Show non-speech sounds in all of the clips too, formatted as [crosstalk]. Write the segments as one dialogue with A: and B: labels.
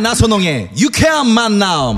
A: 나선홍의 유쾌한 만남.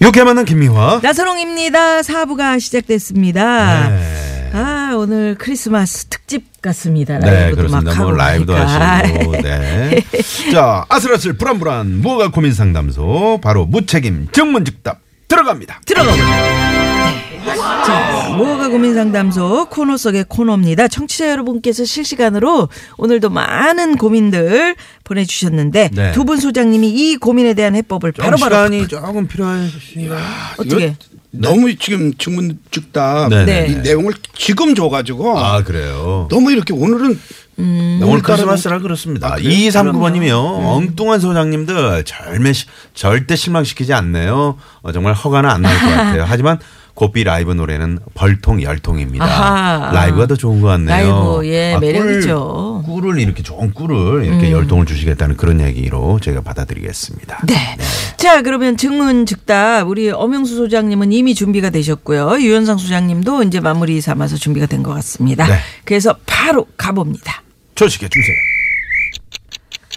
B: 이렇게 만난 김미화.
C: 나선홍입니다. 사부가 시작됐습니다.
B: 네.
C: 아 오늘 크리스마스 특집 같습니다.
B: 네,
C: 라이브도 막
B: 그렇습니다.
C: 하고
B: 뭐 라이브도
C: 그러니까.
B: 하시고.
C: [laughs]
B: 네. 자, 아슬아슬 불안불안 무허가 고민 상담소 바로 무책임 정문즉답 들어갑니다.
C: 들어가보자. 네. 자, 무허가 고민 상담소 코너 속의 코너입니다. 청취자 여러분께서 실시간으로 오늘도 많은 고민들 보내주셨는데
B: 네.
C: 두 분 소장님이 이 고민에 대한 해법을
B: 좀
C: 바로바로
B: 시간이 조금 필요하시니까.
C: 어떻게?
D: 이거 너무 지금 증문 죽다
B: 네네.
C: 네.
D: 이 내용을 지금 줘가지고
B: 아, 그래요.
D: 너무 이렇게 오늘은
C: 음.
B: 네, 오늘 크리스마스라
C: 아,
B: 그렇습니다. 2239번님이요. 엉뚱한 소장님들 절매, 시- 절대 실망시키지 않네요. 어, 정말 허가는 안 날 것
C: [laughs]
B: 같아요. 하지만 고삐 라이브 노래는 벌통 열통입니다.
C: 아하.
B: 라이브가 더 좋은 것 같네요. 아,
C: 라이브, 예, 매력이죠. 음.
B: 꿀, 꿀을 이렇게 좋은 꿀을 이렇게 열통을 주시겠다는 그런 얘기로 제가 받아들이겠습니다.
C: 네. 자, 그러면 증문 즉답 우리 엄영수 소장님은 이미 준비가 되셨고요. 유현상 소장님도 이제 마무리 삼아서 준비가 된 것 같습니다.
B: 네.
C: 그래서 바로 가봅니다.
B: 조식해 주세요.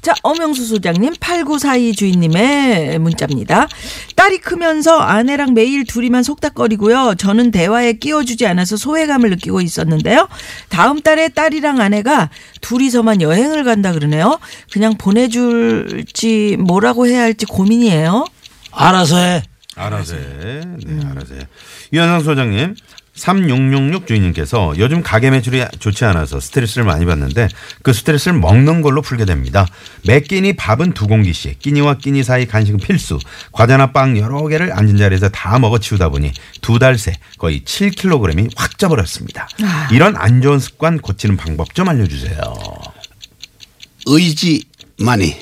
C: 자, 엄영수 소장님 8942 주인님의 문자입니다. 딸이 크면서 아내랑 매일 둘이만 속닥거리고요. 저는 대화에 끼워주지 않아서 소외감을 느끼고 있었는데요. 다음 달에 딸이랑 아내가 둘이서만 여행을 간다 그러네요. 그냥 보내줄지 뭐라고 해야 할지 고민이에요.
E: 알아서 해.
B: 알아서 해. 네, 알아서 해. 유현상 소장님. 3666 주인님께서 요즘 가게 매출이 좋지 않아서 스트레스를 많이 받는데 그 스트레스를 먹는 걸로 풀게 됩니다. 매 끼니 밥은 두 공기씩, 끼니와 끼니 사이 간식은 필수, 과자나 빵 여러 개를 앉은 자리에서 다 먹어 치우다 보니 두 달 새 거의 7kg이 확 쪄버렸습니다. 이런 안 좋은 습관 고치는 방법 좀 알려주세요.
D: 의지 많이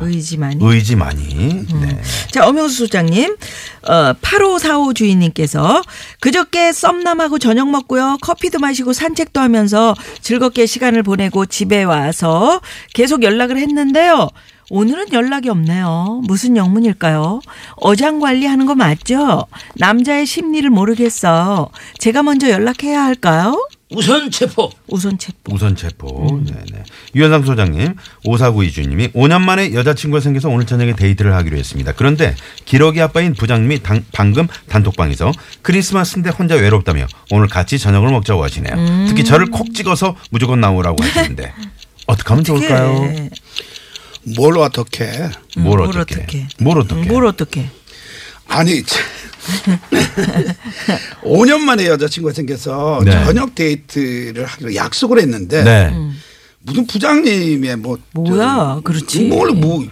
C: 의지만이.
B: 의지 많이. 네.
C: 자, 엄영수 소장님, 어, 8545 주인님께서 그저께 썸남하고 저녁 먹고요. 커피도 마시고 산책도 하면서 즐겁게 시간을 보내고 집에 와서 계속 연락을 했는데요. 오늘은 연락이 없네요. 무슨 영문일까요? 어장 관리하는 거 맞죠? 남자의 심리를 모르겠어. 제가 먼저 연락해야 할까요?
E: 우선 체포.
C: 우선 뭐 체
B: 우선 체포. 네네. 유현상 소장님, 5492 주인님이 5년 만에 여자친구가 생겨서 오늘 저녁에 데이트를 하기로 했습니다. 그런데 기러기 아빠인 부장님이 당- 방금 단톡방에서 크리스마스인데 혼자 외롭다며 오늘 같이 저녁을 먹자고 하시네요.
C: 음.
B: 특히 저를 콕 찍어서 무조건 나오라고
C: [laughs]
B: 하시는데 어떻게 하면 좋을까요?
C: 예.
D: 뭘 어떻게 해.
C: 음,
B: 뭘
C: 뭘
B: 어떻게?
C: 어떻게? 음,
B: 뭘 어떻게?
C: 뭘 어떻게?
D: 아니
C: [laughs]
D: 참. 5년 만에 여자친구가 생겨서
B: 네.
D: 저녁 데이트를 하기로 약속을 했는데
B: 네.
C: 음.
D: 무슨 부장님의 뭐
C: 뭐야,
D: 저-
C: 그렇지.
D: 뭘뭐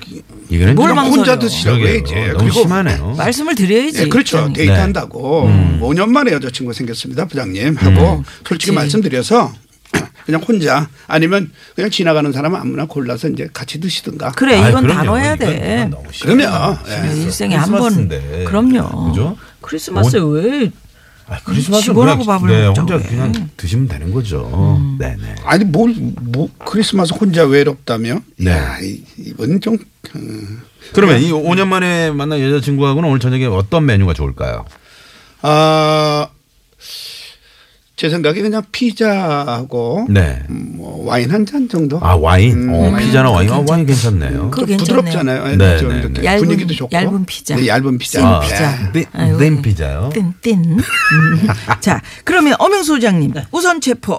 B: 이거는
C: 뭘
D: 그냥
C: 망설여.
D: 혼자 드시라고
B: 그러게요.
D: 해야지
B: 너무 심하네요.
C: 말씀을 드려야지.
D: 예, 그렇죠.
C: 부장님.
B: 네.
D: 데이트한다고
B: 음.
D: 뭐 5년 만에 여자친구 생겼습니다, 부장님 하고 솔직히
C: 그치.
D: 말씀드려서 [clears throat] 그냥 혼자 아니면 그냥 지나가는 사람 아무나 골라서 이제 같이 드시든가.
C: 그래, 음.
B: 아이,
C: 이건
B: 그럼요.
C: 다뤄야
B: 이건-
C: 돼.
B: 이건 너무 심하다.
D: 그러면
C: 야,
D: 예.
C: 일생에 한 번.
B: 크리스마스인데.
C: 그럼요.
B: 그죠? 뭐?
C: 크리스마스에 왜
B: 아, 크리스마스는
C: 직원하고
B: 그냥-
C: 밥을 예. 음.
B: 네,
C: 먹자고
B: 혼자
C: 해.
B: 그냥 드시면 되는 거죠. 네네.
D: 아니 뭘 뭐, 크리스마스 혼자 외롭다며?
B: 네.
D: 야, 이- 이건 좀 음,
B: 그러면 이 5년 만에 만난 여자친구하고는 오늘 저녁에 어떤 메뉴가 좋을까요?
D: 아. 제 생각에 그냥 피자하고
B: 네.
D: 음, 뭐 와인 한 잔 정도.
B: 아 와인. 어, 피자나 와인. 아, 와인 괜찮네요.
C: 그거 괜찮네요.
D: 좀 부드럽잖아요. 예,
B: 네,
D: 좀
B: 네,
D: 이렇게
C: 네.
D: 분위기도
C: 얇은-
D: 좋고.
C: 얇은 피자.
D: 네, 얇은 피자.
C: 찐
B: 아,
C: 피자.
B: 네,
C: 아이고,
B: 네
C: 예.
B: 피자요?
C: 뚠뚠. 음. 자, 그러면 엄영수 소장님
E: 네.
C: 우선 체포.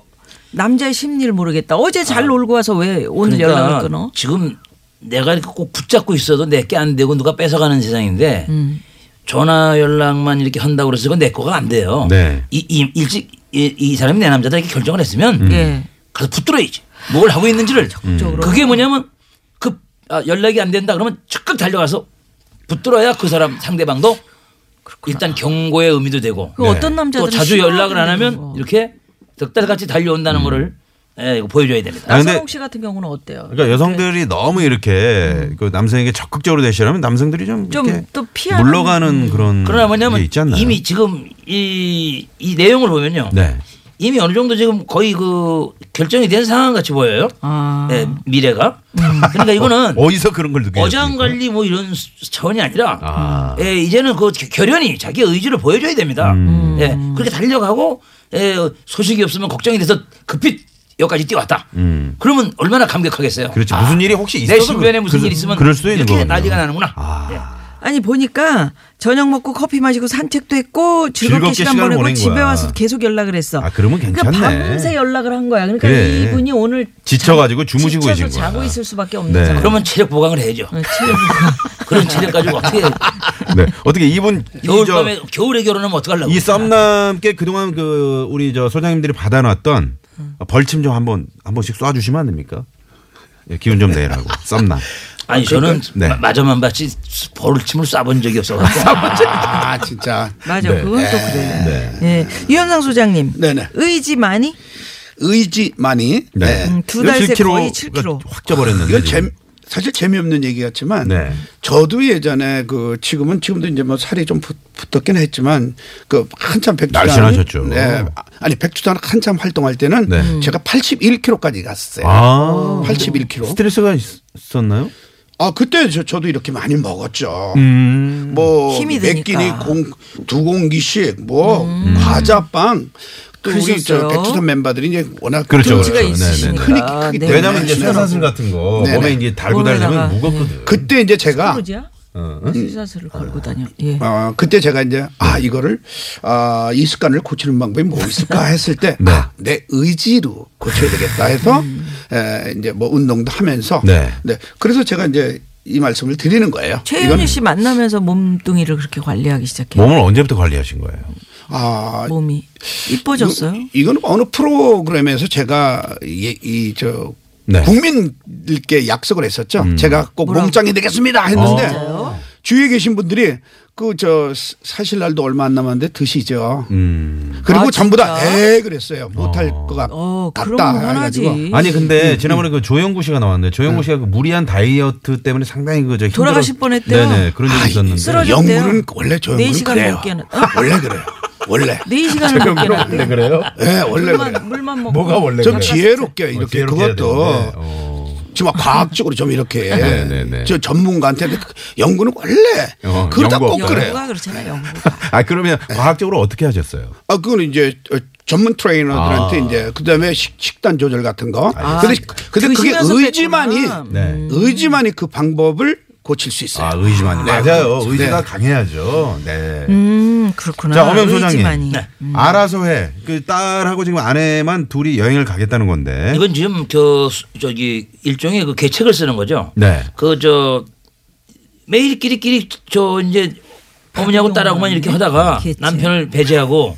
C: 남자의 심리를 모르겠다. 어제
B: 아.
C: 잘 놀고 와서 왜 오늘
E: 그러니까
C: 연락을 끊어?
E: 지금 내가 이렇게 꼭 붙잡고 있어도 내게 안 되고 누가 뺏어가는 세상인데
C: 음.
E: 전화 연락만 이렇게 한다고 그래서 그건 내 거가 안 돼요.
B: 네.
E: 이, 이- 일찍 이, 이 사람이 내 남자다 이렇게 결정을 했으면
B: 음.
C: 예. 음.
E: 가서 붙들어야지. 뭘 하고 있는지를.
C: 적극적으로.
E: 그게 뭐냐면 그 아, 연락이 안 된다 그러면 즉각 달려가서 붙들어야 그 사람 상대방도 일단 경고의 의미도 되고
C: 그
B: 네.
C: 어떤
E: 또
C: 남자들은
E: 자주
C: 싫어하는
E: 연락을 안 하면
C: 거.
E: 이렇게 덕달같이 달려온다는
B: 음.
E: 거를 예, 이거 보여줘야 됩니다.
B: 아, 근데-
C: 나선홍 씨 같은 경우는 어때요? 네.
B: 그러니까 여성들이 너무 이렇게 그 남성에게 적극적으로 대시라면 남성들이 좀,
C: 좀
B: 이렇게
C: 또 피하는-
B: 물러가는 음. 그런
E: 그러나 뭐냐면
B: 게 있지 않나요?
E: 이미 지금 이, 이 내용을 보면요.
B: 네.
E: 이미 어느 정도 지금 거의 그 결정이 된 상황 같이 보여요.
C: 아. 음.
E: 예, 미래가. 그러니까 이거는
B: [laughs] 어디서 그런 걸 느끼는
E: 어장 관리 뭐 이런 수- 차원이 아니라
B: 아.
E: 예, 이제는 그 겨- 결연히 자기 의지를
B: 음.
E: 보여줘야 됩니다. 예, 그렇게 달려가고 예, 소식이 없으면 걱정이 돼서 급히 여기까지 뛰어왔다. 그러면 얼마나 감격하겠어요.
B: 음.
E: 아,
B: 그렇지. 그렇죠. 무슨 일이 혹시
E: 내
B: 있어도
E: 신변에
B: 그-
E: 무슨
B: 그-
E: 일 있으면
B: 그럴 수도 있는
E: 이렇게
B: 거군요.
E: 난리가 나는구나.
B: 아.
E: 예.
C: 아니 보니까 저녁 먹고 커피 마시고 산책도 했고 즐겁게,
B: 즐겁게
C: 시간
B: 시간을
C: 보내고
B: 보낸
C: 집에
B: 거야.
C: 와서 계속 연락을 했어.
B: 아, 그러면 괜찮네.
C: 그러니까 밤새 연락을 한 거야. 그러니까
B: 그래.
C: 이분이 오늘
B: 지쳐가지고
C: 자-
B: 주무시고
C: 지쳐서
B: 계신 거야.
C: 자고 있을 수밖에 없는
B: 네.
C: 상황.
E: 그러면 체력 보강을 해야죠.
C: 어, 체력.
E: 그런 체력 가지고
B: [laughs]
E: 어떻게
B: 네. 어떻게 이분 이 저-
E: 겨울밤에 겨울에 결혼하면 어떡하려고.
B: 이 썸남께 그동안 그 우리 저 소장님들이 받아놨던 어, 벌침 좀 한번 한 번씩 쏴주시면 안 됩니까? 예, 기운 좀 내라고
C: 네.
B: 썸남.
E: 아니 저는
B: 네.
E: 마- 마저만 봤지 벌침을 쏴본 적이 없어.
B: [laughs]
D: 아 진짜
C: 맞아.
B: 네.
C: 그건 또 그래. 예. 유현상 소장님.
D: 네네.
C: 의지 많이?
D: 의지 많이. 네.
C: 음, 두 달 새 거의 7kg.
B: 그러니까 확 쪄버렸는데.
D: 이거 재 사실 재미없는 얘기 같지만
B: 네.
D: 저도 예전에 그 지금은 지금도 이제 뭐 살이 좀 붙- 붙었긴 했지만 그 한참 백두산
B: 날씬하셨죠.
D: 네. 아니 백두산 한참 활동할 때는
B: 네. 음.
D: 제가 81kg까지 갔어요.
B: 아
D: 81kg.
B: 스트레스가 있- 있었나요?
D: 아 그때 저, 저도 이렇게 많이 먹었죠.
B: 음.
C: 힘이 드니까.
D: 뭐몇 끼니 공, 두 공기씩 뭐
B: 음.
D: 과자빵 또 우리 저
C: 그러셨어요?
D: 백두산 멤버들이 이제 워낙
B: 그렇죠,
C: 등치가
B: 그렇죠.
C: 있으시니까.
D: 네, 네. 크기-
C: 네.
B: 왜냐면 이제
C: 네.
B: 쇠사슬 같은 거
D: 네,
B: 몸에
D: 네.
B: 이제 달고
C: 몸에다가,
B: 달리면 무겁거든.
D: 그때 이제 제가
C: 그러지야?
B: 어,
C: 수사슬을 걸고 다녀. 예.
D: 어, 그때 제가 이제 아 이거를 아, 이 습관을 고치는 방법이 뭐 있을까 했을 때 아, 내
B: 네.
D: 의지로 고쳐야 되겠다 해서 에, 이제 뭐 운동도 하면서
B: 네.
D: 그래서 제가 이제 이 말씀을 드리는 거예요.
C: 최윤희 씨 만나면서 몸뚱이를 그렇게 관리하기 시작해요.
B: 몸을 언제부터 관리하신 거예요?
D: 아
C: 몸이 이뻐졌어요.
D: 이건 어느 프로그램에서 제가 이저
B: 네. 음.
D: 국민들께 약속을 했었죠. 제가 꼭
C: 뭐라고?
D: 몸짱이 되겠습니다 했는데
B: 아,
D: 주위에 계신 분들이 그 저 사실 날도 얼마 안 남았는데 드시죠.
B: 음.
D: 그리고
C: 아,
D: 전부
C: 진짜?
D: 다에 그랬어요. 못할 것 같,
C: 어, 그럼
D: 다
C: 화나지.
B: 아니
C: 음,
B: 근데 지난번에 그 조영구 씨가 나왔는데 조영구 씨가 그 무리한 다이어트 때문에 상당히 그저 힘들어-
C: 네. 돌아가실 뻔했대요.
B: 네네 그런 적이 있었는데. [laughs]
C: 쓰러져- 떨어졌대요.
D: 영구는 아, 원래 저
C: 네
D: 영구는
C: 시간
D: 그래요.
C: 못 깨는- 어?
D: 원래 그래요. 원래.
C: 네 시간을 넘게
B: 원래 그래요?
D: 예, 원래
C: 물만
D: 그래요.
C: 물만 먹고.
B: 뭐가 원래
D: 좀
B: 그래요? 어,
D: 지혜롭게
B: 예,
D: 이렇게
E: 뭐
B: 지혜롭게 해야 되는데.
D: 그것도
B: 어.
D: 정말 과학적으로 좀 이렇게
B: 네, 네, 네.
D: 저 전문가한테 연구는 원래
B: 어,
D: 그러다
B: 연구
D: 꼭
B: 없다.
D: 그래요.
C: 영구가 그렇잖아요. 영구.
B: 아 그러면 과학적으로 어떻게 하셨어요?
D: 아 그거는 이제 어, 전문 트레이너들한테
B: 아.
D: 이제 그다음에 식, 식단 조절 같은 거.
C: 아,
D: 근데 근데 그게
C: 드시면서
D: 의지만이
C: 뺐구나.
B: 네.
D: 의지만이 그 방법을 고칠 수 있어요.
B: 아 의지만이
D: 네.
B: 맞아요.
D: 네.
B: 의지가 강해야죠. 네.
C: 음, 그렇구나.
B: 자, 엄영
C: 의지만이. 네. 음.
B: 소장님.
D: 네.
E: 네.
B: 알아서 해. 그 딸하고 지금 아내만 둘이 여행을 가겠다는 건데.
E: 이건 지금 저 수- 저기 일종의 그 계책을 쓰는 거죠.
B: 네.
E: 그 저 매일끼리끼리 저 이제 어머니하고 딸하고만 이렇게 하다가
C: 계책.
E: 남편을 배제하고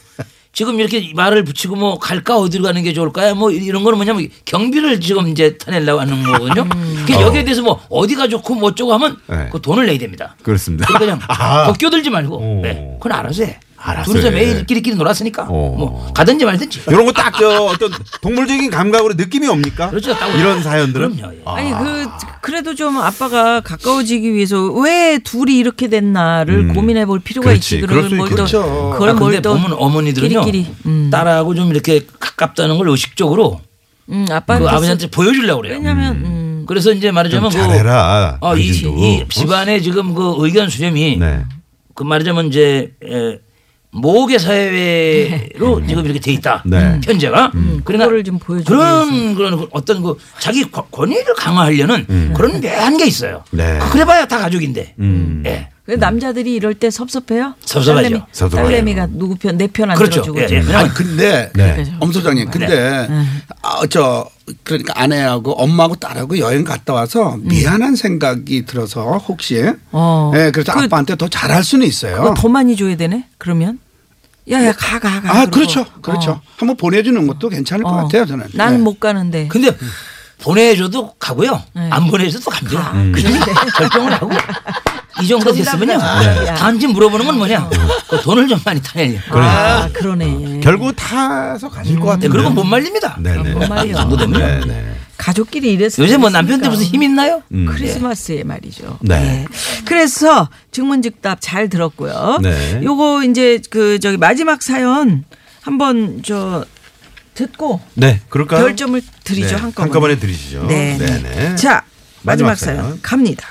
E: 지금 이렇게 말을 붙이고 뭐 갈까 어디로 가는 게 좋을까요? 뭐 이런 거는 뭐냐면 경비를 지금 이제 타내려고 하는 거거든요. 그러니까 여기에 대해서 뭐 어디가 좋고 뭐 어쩌고 하면
B: 어. 네.
E: 그 돈을 내야 됩니다.
B: 그렇습니다.
E: 그러니까 그냥
B: [laughs] 아.
E: 벗 껴들지 말고
B: 오.
E: 네. 그건 알아서 해.
B: 알아서
E: 둘이서
B: 해.
E: 매일끼리끼리 놀았으니까
B: 어.
E: 뭐
B: [laughs]
E: 가든지 말든지.
B: 이런 거 딱 저 어떤 동물적인 감각으로 느낌이 옵니까?
E: 그렇죠. 딱
B: 이런 사연들은
E: 그럼요, 예.
C: 아니 그 그래도 좀 아빠가 가까워지기 위해서 왜 둘이 이렇게 됐나를 고민해 볼 필요가
B: 그렇지.
C: 있지.
B: 그럴 수
C: 뭘또
B: 있겠죠.
E: 그
C: 그걸
E: 런 근데
C: 뭘또
E: 보면 어머니들은요
C: 끼리끼리. 음.
E: 딸하고 좀 이렇게 가깝다는 걸 의식적으로
C: 음,
E: 그
C: 아빠한테
E: 아버지한테 보여주려고
C: 쓰-
E: 그래요.
C: 왜냐면 음.
E: 그래서 이제 말하자면
B: 좀 잘해라,
E: 그, 어, 이,
B: 당신도.
E: 이 집안의 지금 그 의견 수렴이
B: 네.
E: 그 말하자면 이제 에, 모계 사회로 지금 이렇게 돼 있다.
B: 네.
E: 현재가 그러니까
C: 음. 그거를 좀 보여주기
E: 그런 그런 그 어떤 그 자기 권- 권위를 강화하려는 그런 묘한 게 있어요.
B: 음. 네. 음.
E: 그래봐야 다 가족인데. 예.
C: 왜 남자들이 이럴 때 섭섭해요?
E: 섭섭하죠.
C: 딸내미,
B: 섭섭하죠.
C: 딸내미가 누구 편 내 편 안
E: 그렇죠.
C: 들어주고
E: 예, 예.
C: 좀.
E: 왜냐면
D: 아니 근데
B: 네.
C: 음.
D: 엄 소장님 근데 아, 저 그러니까 아내하고 엄마하고 딸하고 여행 갔다 와서
B: 음.
D: 미안한 생각이 들어서 혹시
C: 어.
D: 예 그래서
C: 그-
D: 아빠한테 더 잘할 수는
C: 그거
D: 있어요.
C: 더 많이 줘야 되네. 그러면 야야 가 가 가.
D: 아
C: 그러고.
D: 그렇죠 그렇죠
C: 어,
D: 한번 보내주는 것도 괜찮을 것
C: 어.
D: 같아요 저는.
C: 난
D: 네.
C: 못 가는데.
E: 근데 보내줘도 가고요.
C: 네.
E: 안 보내줘도 갑니다.
C: 가.
E: 그런데 결정을 하고 이 정도 됐으면요.
C: 정답이야. 네.
E: 다음 집 물어보는 건 뭐냐. 그 돈을 좀 많이 타내려.
C: 아 그러네. 음.
B: 결국 타서 가실 것 같은데.
E: 네, 그리고 못 말립니다.
B: 네네.
C: 못 말려.
E: 이 정도 되면
B: 네네.
C: 가족끼리 이랬어.
E: 요새 뭐 남편들 무슨 힘 있나요?
C: 음, 네. 크리스마스에 말이죠.
B: 네.
C: 예. 그래서 즉문즉답 잘 들었고요.
B: 네.
C: 요거 이제 그 저기 마지막 사연 한번 저 듣고
B: 네. 그럴까요?
C: 별점을 드리죠
B: 네,
C: 그러니까 한꺼번에.
B: 한꺼번에 드리시죠.
C: 네. 네.
B: 네네.
C: 자 마지막,
B: 마지막
C: 사연.
B: 사연.
C: 갑니다.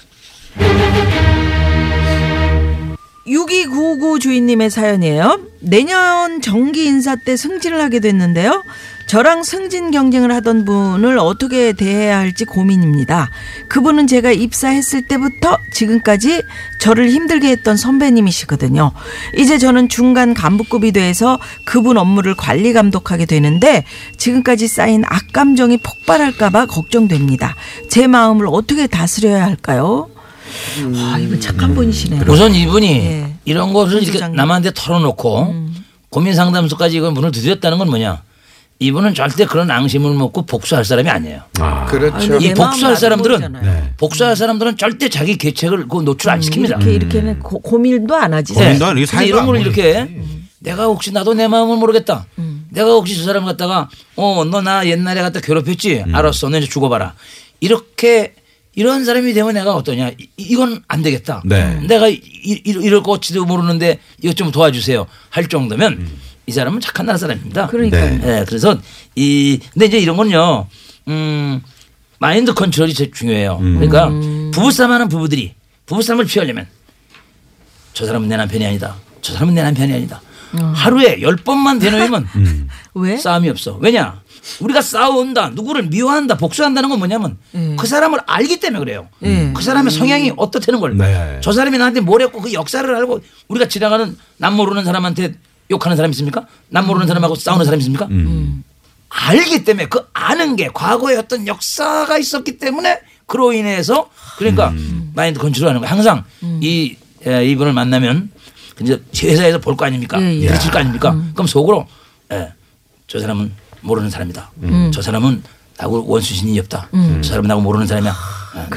C: 6299 주인님의 사연이에요. 내년 정기 인사 때 승진을 하게 됐는데요. 저랑 승진 경쟁을 하던 분을 어떻게 대해야 할지 고민입니다. 그분은 제가 입사했을 때부터 지금까지 저를 힘들게 했던 선배님이시거든요. 이제 저는 중간 간부급이 돼서 그분 업무를 관리 감독하게 되는데 지금까지 쌓인 악감정이 폭발할까봐 걱정됩니다. 제 마음을 어떻게 다스려야 할까요? 아, 이분 착한 분이시네요.
E: 우선 이분이
C: 네.
E: 이런 것을 이렇게
C: 소장님. 음.
E: 남한테 털어놓고 고민 상담소까지 이걸 문을 두드렸다는 건 뭐냐? 이분은 절대 그런 앙심을 먹고 복수할 사람이 아니에요.
B: 아,
D: 그렇죠.
C: 아, 네.
E: 이
C: 내
E: 복수할
C: 마음을
E: 사람들은
C: 아는
B: 네.
C: 거잖아요. 음.
E: 복수할 사람들은 절대 자기 계책을 그 노출 안 시킵니다.
C: 이렇게 이렇게는 고, 고민도 안 하지.
B: 고민- 고민도 안 해요.
E: 예. 근데
B: 사이도
E: 이런
B: 안
E: 걸
B: 보이지.
E: 이렇게
B: 음.
E: 내가 혹시 나도 내 마음을 모르겠다. 내가 혹시 저 사람 갖다가 어 너 나 옛날에 갖다 괴롭혔지.
B: 음.
E: 알았어, 너 이제 죽어봐라. 이렇게 이런 사람이 되면 내가 어떠냐? 이, 건안 되겠다.
B: 네.
E: 내가 이, 이- 이럴 것지도 모르는데 이것 좀 도와주세요. 할 정도면
B: 음.
E: 이 사람은 착한 나라 사람입니다.
C: 그러니까요.
B: 네.
E: 예, 그래서 이 근데 이제 이런 건요. 음. 마인드 컨트롤이 제일 중요해요. 그러니까 부부싸움 하는 부부들이 부부싸움을 피하려면 저 사람은 내 남편이 아니다. 저 사람은 내 남편이 아니다. 하루에 열 번만 되뇌이면
C: 네. 왜?
E: 싸움이 없어. 왜냐? 우리가 싸운다, 누구를 미워한다, 복수한다는 건 뭐냐면 그 사람을 알기 때문에 그래요. 그 사람의 성향이 어떻다는 걸.
B: 네.
E: 저 사람이 나한테 뭘 했고 그 역사를 알고 우리가 지나가는 남 모르는 사람한테 욕하는 사람 있습니까? 남 모르는 사람하고 싸우는 사람 있습니까?
B: 음.
E: 알기 때문에 그 아는 게 과거의 어떤 역사가 있었기 때문에 그로 인해서 그러니까 마인드 컨트롤하는 거 항상 이 에, 이분을 만나면 이제 회사에서 볼 거 아닙니까?
C: 예, 예.
E: 부딪힐 거 아닙니까? 그럼 속으로 예, 저 사람은 모르는 사람이다. 음. 저 사람은 나하고 원수신이 없다. 저 사람은 나하고 모르는 사람이야.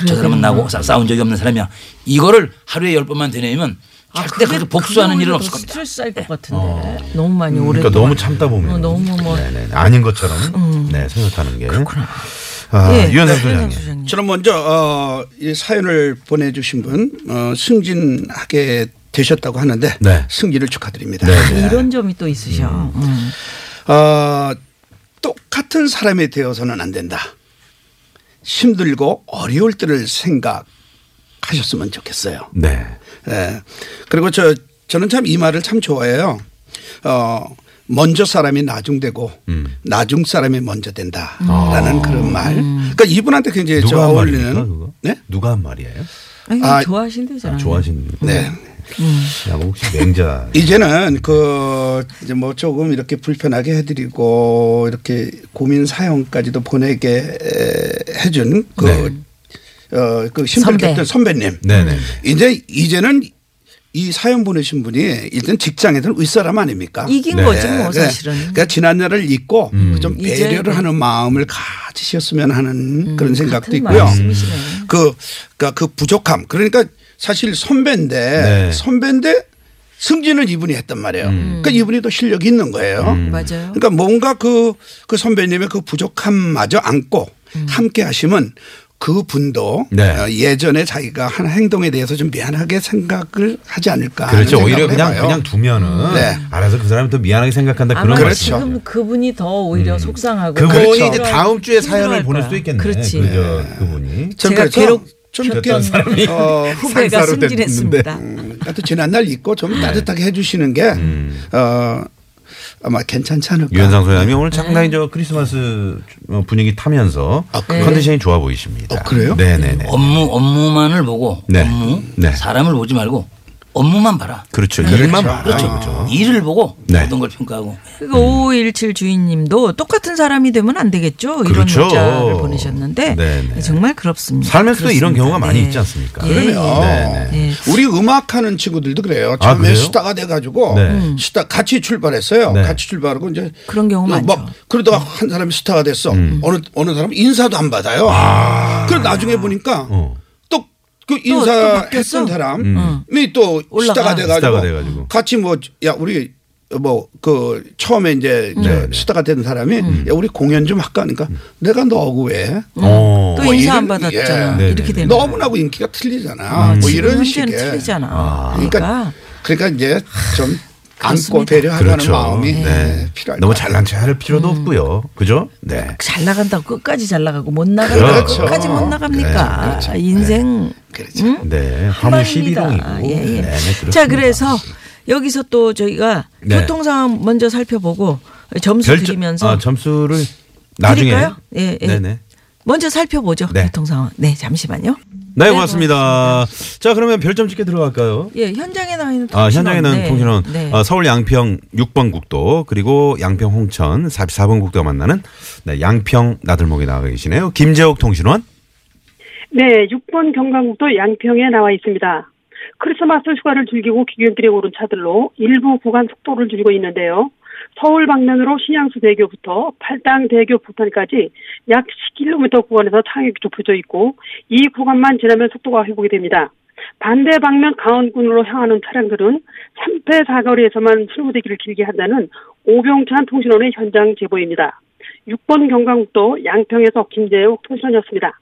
E: 예, 저 사람은 나하고 싸- 싸운 적이 없는 사람이야. 이거를 하루에 열 번만 되뇌면
C: 아,
E: 절대 아, 그렇게 복수하는 일은 없을 겁니다. 네.
C: 스트레스 쌓일 것 같은데 너무 많이 오래.
B: 어. 그러니까 너무 참다 보면
C: 어, 너무 뭐-
B: 네네네. 아닌 것처럼 네, 생각하는 게 아,
C: 음. 예,
B: 유현상
C: 네,
B: 소장님.
C: 소장님.
D: 저는 먼저 어, 이 사연을 보내주신 분 어, 승진하게 되셨다고 하는데
B: 네.
D: 승진을 축하드립니다.
C: 그 이런 점이 또 있으셔. 음.
D: 어, 똑같은 사람이 되어서는 안 된다. 힘들고 어려울 때를 생각하셨으면 좋겠어요.
B: 네.
D: 예. 그리고 저 저는 참 이 말을 참 좋아해요. 어 먼저 사람이 나중되고
B: 음.
D: 나중 사람이 먼저 된다라는 그런 말.
C: 음.
D: 그러니까 이분한테 굉장히 저
B: 아. 누가 한 말입니까?
D: 어울리는
B: 그거?
D: 네.
B: 누가 한 말이에요?
C: 아니,
D: 아,
C: 좋아하신대잖아요.
B: 좋아하시는
D: 네.
B: 야, 뭐 혹시 맹자
D: 이제는 그 이제 뭐 조금 이렇게 불편하게 해드리고 이렇게 고민 사연까지도 보내게 해준 그 어, 그 힘들게
C: 선배.
D: 했던 선배님.
B: 네. 네네.
D: 이제 이제는 이 사연 보내신 분이 일단 직장에서는 윗사람 아닙니까?
C: 이긴
B: 네. 음.
C: 거지 뭐
D: 네.
C: 사실은.
D: 그러니까 지난 날을 잊고 좀
C: 이제
D: 배려를
C: 그- 음,
D: 하는 마음을 가지셨으면 하는 그런 생각도
C: 같은
D: 있고요.
C: 말씀이시네요.
B: 음.
D: 그, 그러니까 그 부족함. 그러니까 사실 선배인데
B: 네.
D: 선배인데 승진을 이분이 했단 말이에요.
B: 음.
D: 그러니까 이분이 또 실력이 있는 거예요.
C: 맞아요.
D: 그러니까 뭔가 그, 그 선배님의 그 부족함마저 안고
C: 음.
D: 함께 하시면 그 분도
B: 네.
D: 어, 예전에 자기가 한 행동에 대해서 좀 미안하게 생각을 하지 않을까. 하는
B: 그렇죠. 오히려
D: 생각을
B: 그냥
D: 해봐요.
B: 그냥 두면은
D: 네.
B: 알아서 그 사람이 더 미안하게 생각한다 그런
C: 아마
D: 그렇죠.
B: 말씀.
C: 지금 그분이 더 오히려 속상하고
B: 그분이
D: 그렇죠.
B: 이제 다음 주에 사연을
C: 힘들어할
B: 보낼
C: 거야.
B: 수도 있겠네.
C: 그렇지.
B: 그, 저, 그분이
D: 참
C: 제가
D: 그렇죠.
C: 괴롭-
D: 좀
C: 괴롭-
D: 이렇게,
B: 사람이
D: 어,
C: [laughs] 후배가
B: 상사로 됐는데. 네.
C: 승진했습니다.
D: 나도 지난 날 잊고 좀 따뜻하게 해주시는 게 어, 아마 괜찮지 않을까.
B: 음. 유현상 소장님이 오늘 상당히 저 크리스마스 어, 분위기 타면서 컨디션이 좋아 보이십니다.
D: 어, 그래요?
B: 네네네.
E: 업무 업무만을 보고
B: 네.
E: 업무
B: 네.
E: 사람을 보지 말고 업무만 봐라.
B: 그렇죠. 일만
D: 그렇죠.
B: 봐라.
E: 그렇죠.
B: 그렇죠.
E: 일을 보고
B: 네.
E: 어떤 걸 평가하고.
C: 그러니까 5517 주인님도 똑같은 사람이 되면 안 되겠죠. 이런
B: 그렇죠.
C: 문자를 보내셨는데
B: 네네.
C: 정말 그렇습니다.
B: 살면서도 이런
C: 그렇습니다.
B: 경우가 많이
C: 네.
B: 있지 않습니까?
C: 예,
D: 그러네요.
B: 네, 네.
D: 우리 음악하는 친구들도 그래요.
B: 아,
D: 처음에
B: 그래요?
D: 수다가 돼가지고
B: 네. 음.
D: 수다 같이 출발했어요.
B: 네.
D: 같이 출발하고 이제
C: 그런 경우
D: 막
C: 많죠.
D: 그러다가 한 사람이 스타가 됐어.
B: 음.
D: 어느 어느 사람 인사도 안 받아요. 그래 나중에 보니까
B: 어.
D: 또 그
C: 또 바뀌었어?
D: 인사했던 사람이 또
C: 올라가.
D: 스타가 돼가지고,
B: 스타가 음. 돼가지고.
D: 같이 뭐 야 우리 뭐 그 처음에 이제 저
B: 네, 음. 네.
D: 스타가 된 사람이 야 우리 공연 좀 할까 하니까 내가 너하고 왜
B: 어.
C: 또
D: 뭐
C: 인사 안
D: 이런-
C: 받았잖아.
B: 예.
C: 이렇게 되는
D: 너무나고 인기가 틀리잖아.
B: 음.
C: 거야.
D: 뭐
C: 지금
D: 이런
C: 현재는
D: 식의
C: 음. 틀리잖아.
D: 그러니까
C: 그러니까
D: 그러니까 이제 좀 안고
C: 그렇습니다.
D: 배려하는
B: 그렇죠.
D: 마음이
B: 네.
D: 필요할
B: 너무
D: 것 같아요.
B: 잘난 체 할 필요도 없고요. 그죠? 네.
C: 잘 나간다고 끝까지 잘 나가고 못 나간다고
B: 그렇죠.
C: 끝까지 못 나갑니까? 아,
B: 네, 그렇죠.
C: 인생
D: 그렇죠.
B: 네. 화물
C: 한방입니다.
B: 11홍이고.
C: 음. 예,
B: 네, 네,
C: 예.
B: 그렇습니다.
C: 자 그래서 여기서 또 저희가
B: 네.
C: 교통 상황 먼저 살펴보고 점수
B: 별점-
C: 드리면서
B: 아, 점수를 나중에
C: 드릴까요? 예, 예.
B: 네네.
C: 먼저 살펴보죠.
B: 네.
C: 교통 상황. 네, 잠시만요.
B: 네, 고맙습니다. 자, 그러면 별점 찍게 들어갈까요?
C: 예, 현장에 나와 있는
B: 아, 현장에 나온
C: 네.
B: 통신원
C: 네.
B: 어, 서울 양평 6번 국도 그리고 양평 홍천 44번 국도가 만나는 네, 양평 나들목에 나가 계시네요. 김재옥 통신원.
F: 네, 6번 경강북도 양평에 나와 있습니다. 크리스마스 휴가를 즐기고 귀경길에 오른 차들로 일부 구간 속도를 줄이고 있는데요. 서울 방면으로 신양수대교부터 팔당대교 부탄까지 약 10km 구간에서 차격이 좁혀져 있고 이 구간만 지나면 속도가 회복이 됩니다. 반대 방면 강원군으로 향하는 차량들은 3패 사거리에서만 실무대기를 길게 한다는 오병찬 통신원의 현장 제보입니다. 6번 경강북도 양평에서 김재욱 통신원이었습니다.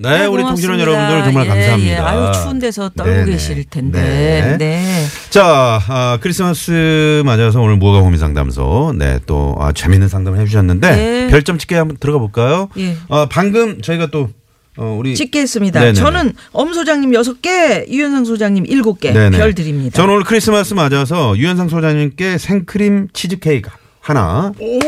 B: 네, 우리
C: 고맙습니다.
B: 통신원 여러분들 정말
C: 예,
B: 감사합니다.
C: 예. 아유, 추운 데서 떨고
B: 네네.
C: 계실
B: 네.
C: 텐데. 네.
B: 자, 아, 크리스마스 맞아서 오늘 무허가 고민 상담소, 네, 또, 아, 재밌는 상담을 해주셨는데,
C: 네.
B: 별점 찍게 한번 들어가 볼까요?
C: 예.
B: 어, 방금 저희가 또, 어, 우리.
C: 찍겠습니다.
B: 네네네.
C: 저는 엄 소장님 6개, 이현상 소장님 7개
B: 네네.
C: 예, 별 드립니다.
B: 저는 오늘 크리스마스 맞아서 유현상 소장님께 생크림 치즈케이크 하나. 오!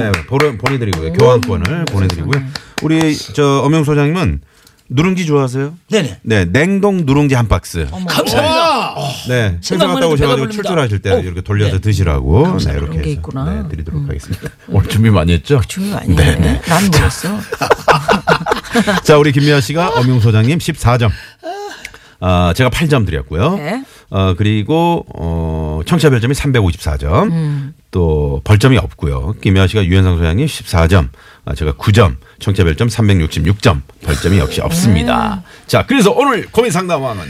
B: 네, 보내, 보내드리고요. 교환권을 보내드리고요. 우리, 저, 엄영 소장님은 누룽지 좋아하세요?
E: 네네.
B: 네, 냉동 누룽지 한 박스.
E: 감사합니다.
C: 어.
B: 네, 회사 갔다
E: 생각만 해도 배가
B: 오셔가지고
E: 부릅니다.
B: 출출하실 때
E: 어.
B: 이렇게 돌려서 드시라고 네,
C: 그런
B: 이렇게
C: 게
B: 해서
C: 있구나. 음.
B: 네, 드리도록 하겠습니다. 오늘 준비 많이 했죠?
C: 중요 아니에요.
B: 네,
C: 난 모르겠어.
B: 자, 우리 김미아 씨가 엄용 소장님 14점. 아, 제가 8점 드렸고요.
C: 네.
B: 어, 그리고 어, 청취자 별점이 354점.
C: 음.
B: 또 벌점이 없고요. 김미아 씨가 유현상 소장님 14점. 아, 제가 9점. 청취자 별점 366점. 벌점이 역시
C: 음.
B: 없습니다. 자, 그래서 오늘 고민 상담왕은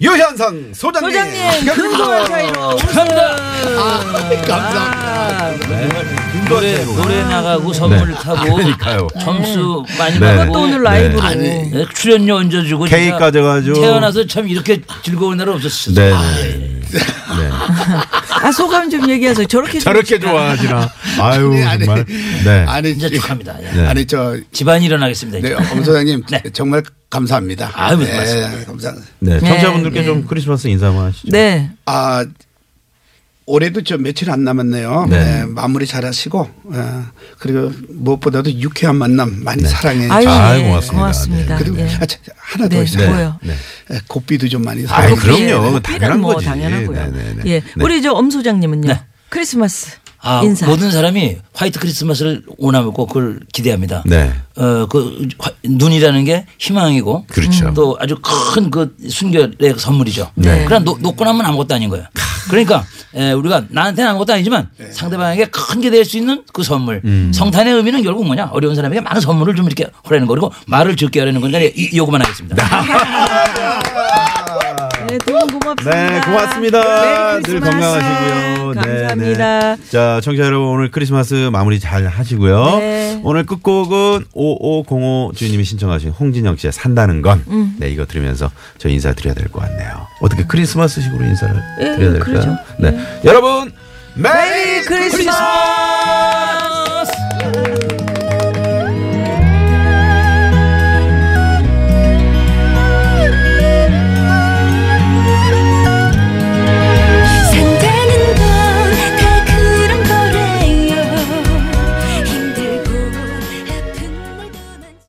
B: 유현상 소장님. 아,
C: 소장님
B: 감사합니다.
C: 금동한 차이로
D: 아,
E: 노래 노래 나가고 선물
B: 네.
E: 타고
B: 그러니까요.
E: 점수 많이
B: 네.
E: 받고
C: 또 오늘 라이브로
E: 네, 출연료 얹어주고
B: 케이크
E: 진짜
B: 가져가죠.
E: 태어나서 참 이렇게 즐거운 날은 없었어요.
B: 네.
E: 아,
B: 네. 네.
C: 아 소감 좀 얘기하세요. 저렇게
B: [laughs] 저렇게
C: 좋아하시구나. [laughs]
B: 좋아하시나.
C: 네,
B: 아유,
D: 아니,
B: 정말. 네.
D: 아니,
E: 진짜 축하합니다. 예.
B: 네.
D: 아니 저
E: 집안이 일어나겠습니다.
D: 네,
E: 이제.
D: 엄 소장님
E: 네.
D: 정말 감사합니다.
E: 아유, 무슨
D: 네, 감사합니다.
B: 네. 청자분들께
C: 네.
B: 좀 크리스마스 인사 한번 하시죠.
C: 네.
D: 아 올해도 저 며칠 안 남았네요.
B: 네.
D: 네, 마무리 잘하시고 어, 그리고 무엇보다도 유쾌한 만남
B: 네.
D: 많이 사랑해.
C: 아유,
D: 주세요.
B: 아유,
C: 예.
B: 고맙습니다.
C: 고맙습니다.
D: 그리고
C: 예.
D: 아, 참, 하나 더
C: 네,
D: 있어요.
C: 뭐요?
B: 네.
D: 에, 고삐도 좀 많이
B: 아이,
D: 사랑해. 주세요.
B: 그럼요.
C: 예,
B: 그건 당연한
C: 뭐
B: 거지.
C: 당연하고요.
B: 네네네.
C: 예.
B: 네.
C: 우리 저 엄 소장님은요.
E: 네.
C: 크리스마스
E: 아,
C: 인사.
E: 모든 사람이 화이트 크리스마스를 원하고 그걸 기대합니다.
B: 네.
E: 어, 그 화- 눈이라는 게 희망이고
B: 그렇죠. 음.
E: 또 아주 큰 그 순결의 선물이죠.
B: 네.
E: 그러나 노- 놓고 나면 아무것도 아닌 거예요. 그러니까 에, 우리가 나한테는 아무것도 아니지만 상대방에게 큰 게 될 수 있는 그 선물.
B: 음.
E: 성탄의 의미는 결국 뭐냐? 어려운 사람에게 많은 선물을 좀 이렇게 하라는 거고 말을 적게 하라는 거니까 이, 요구만 하겠습니다.
C: 네, 두분 고맙습니다.
B: 네, 고맙습니다.
C: 메리
B: 늘
C: 크리스마스.
B: 건강하시고요.
C: 감사합니다.
B: 네, 네. 자, 청취자 여러분 오늘 크리스마스 마무리 잘 하시고요.
C: 네.
B: 오늘 끝곡은 5505 주인님이 신청하신 홍진영 씨의 산다는 건.
C: 음.
B: 네, 이거 들으면서 저 인사 드려야 될 것 같네요. 어떻게 크리스마스식으로 인사를
C: 예,
B: 드려야 될까요?
C: 그러죠.
B: 네. 여러분 메리
C: 메리 크리스마스.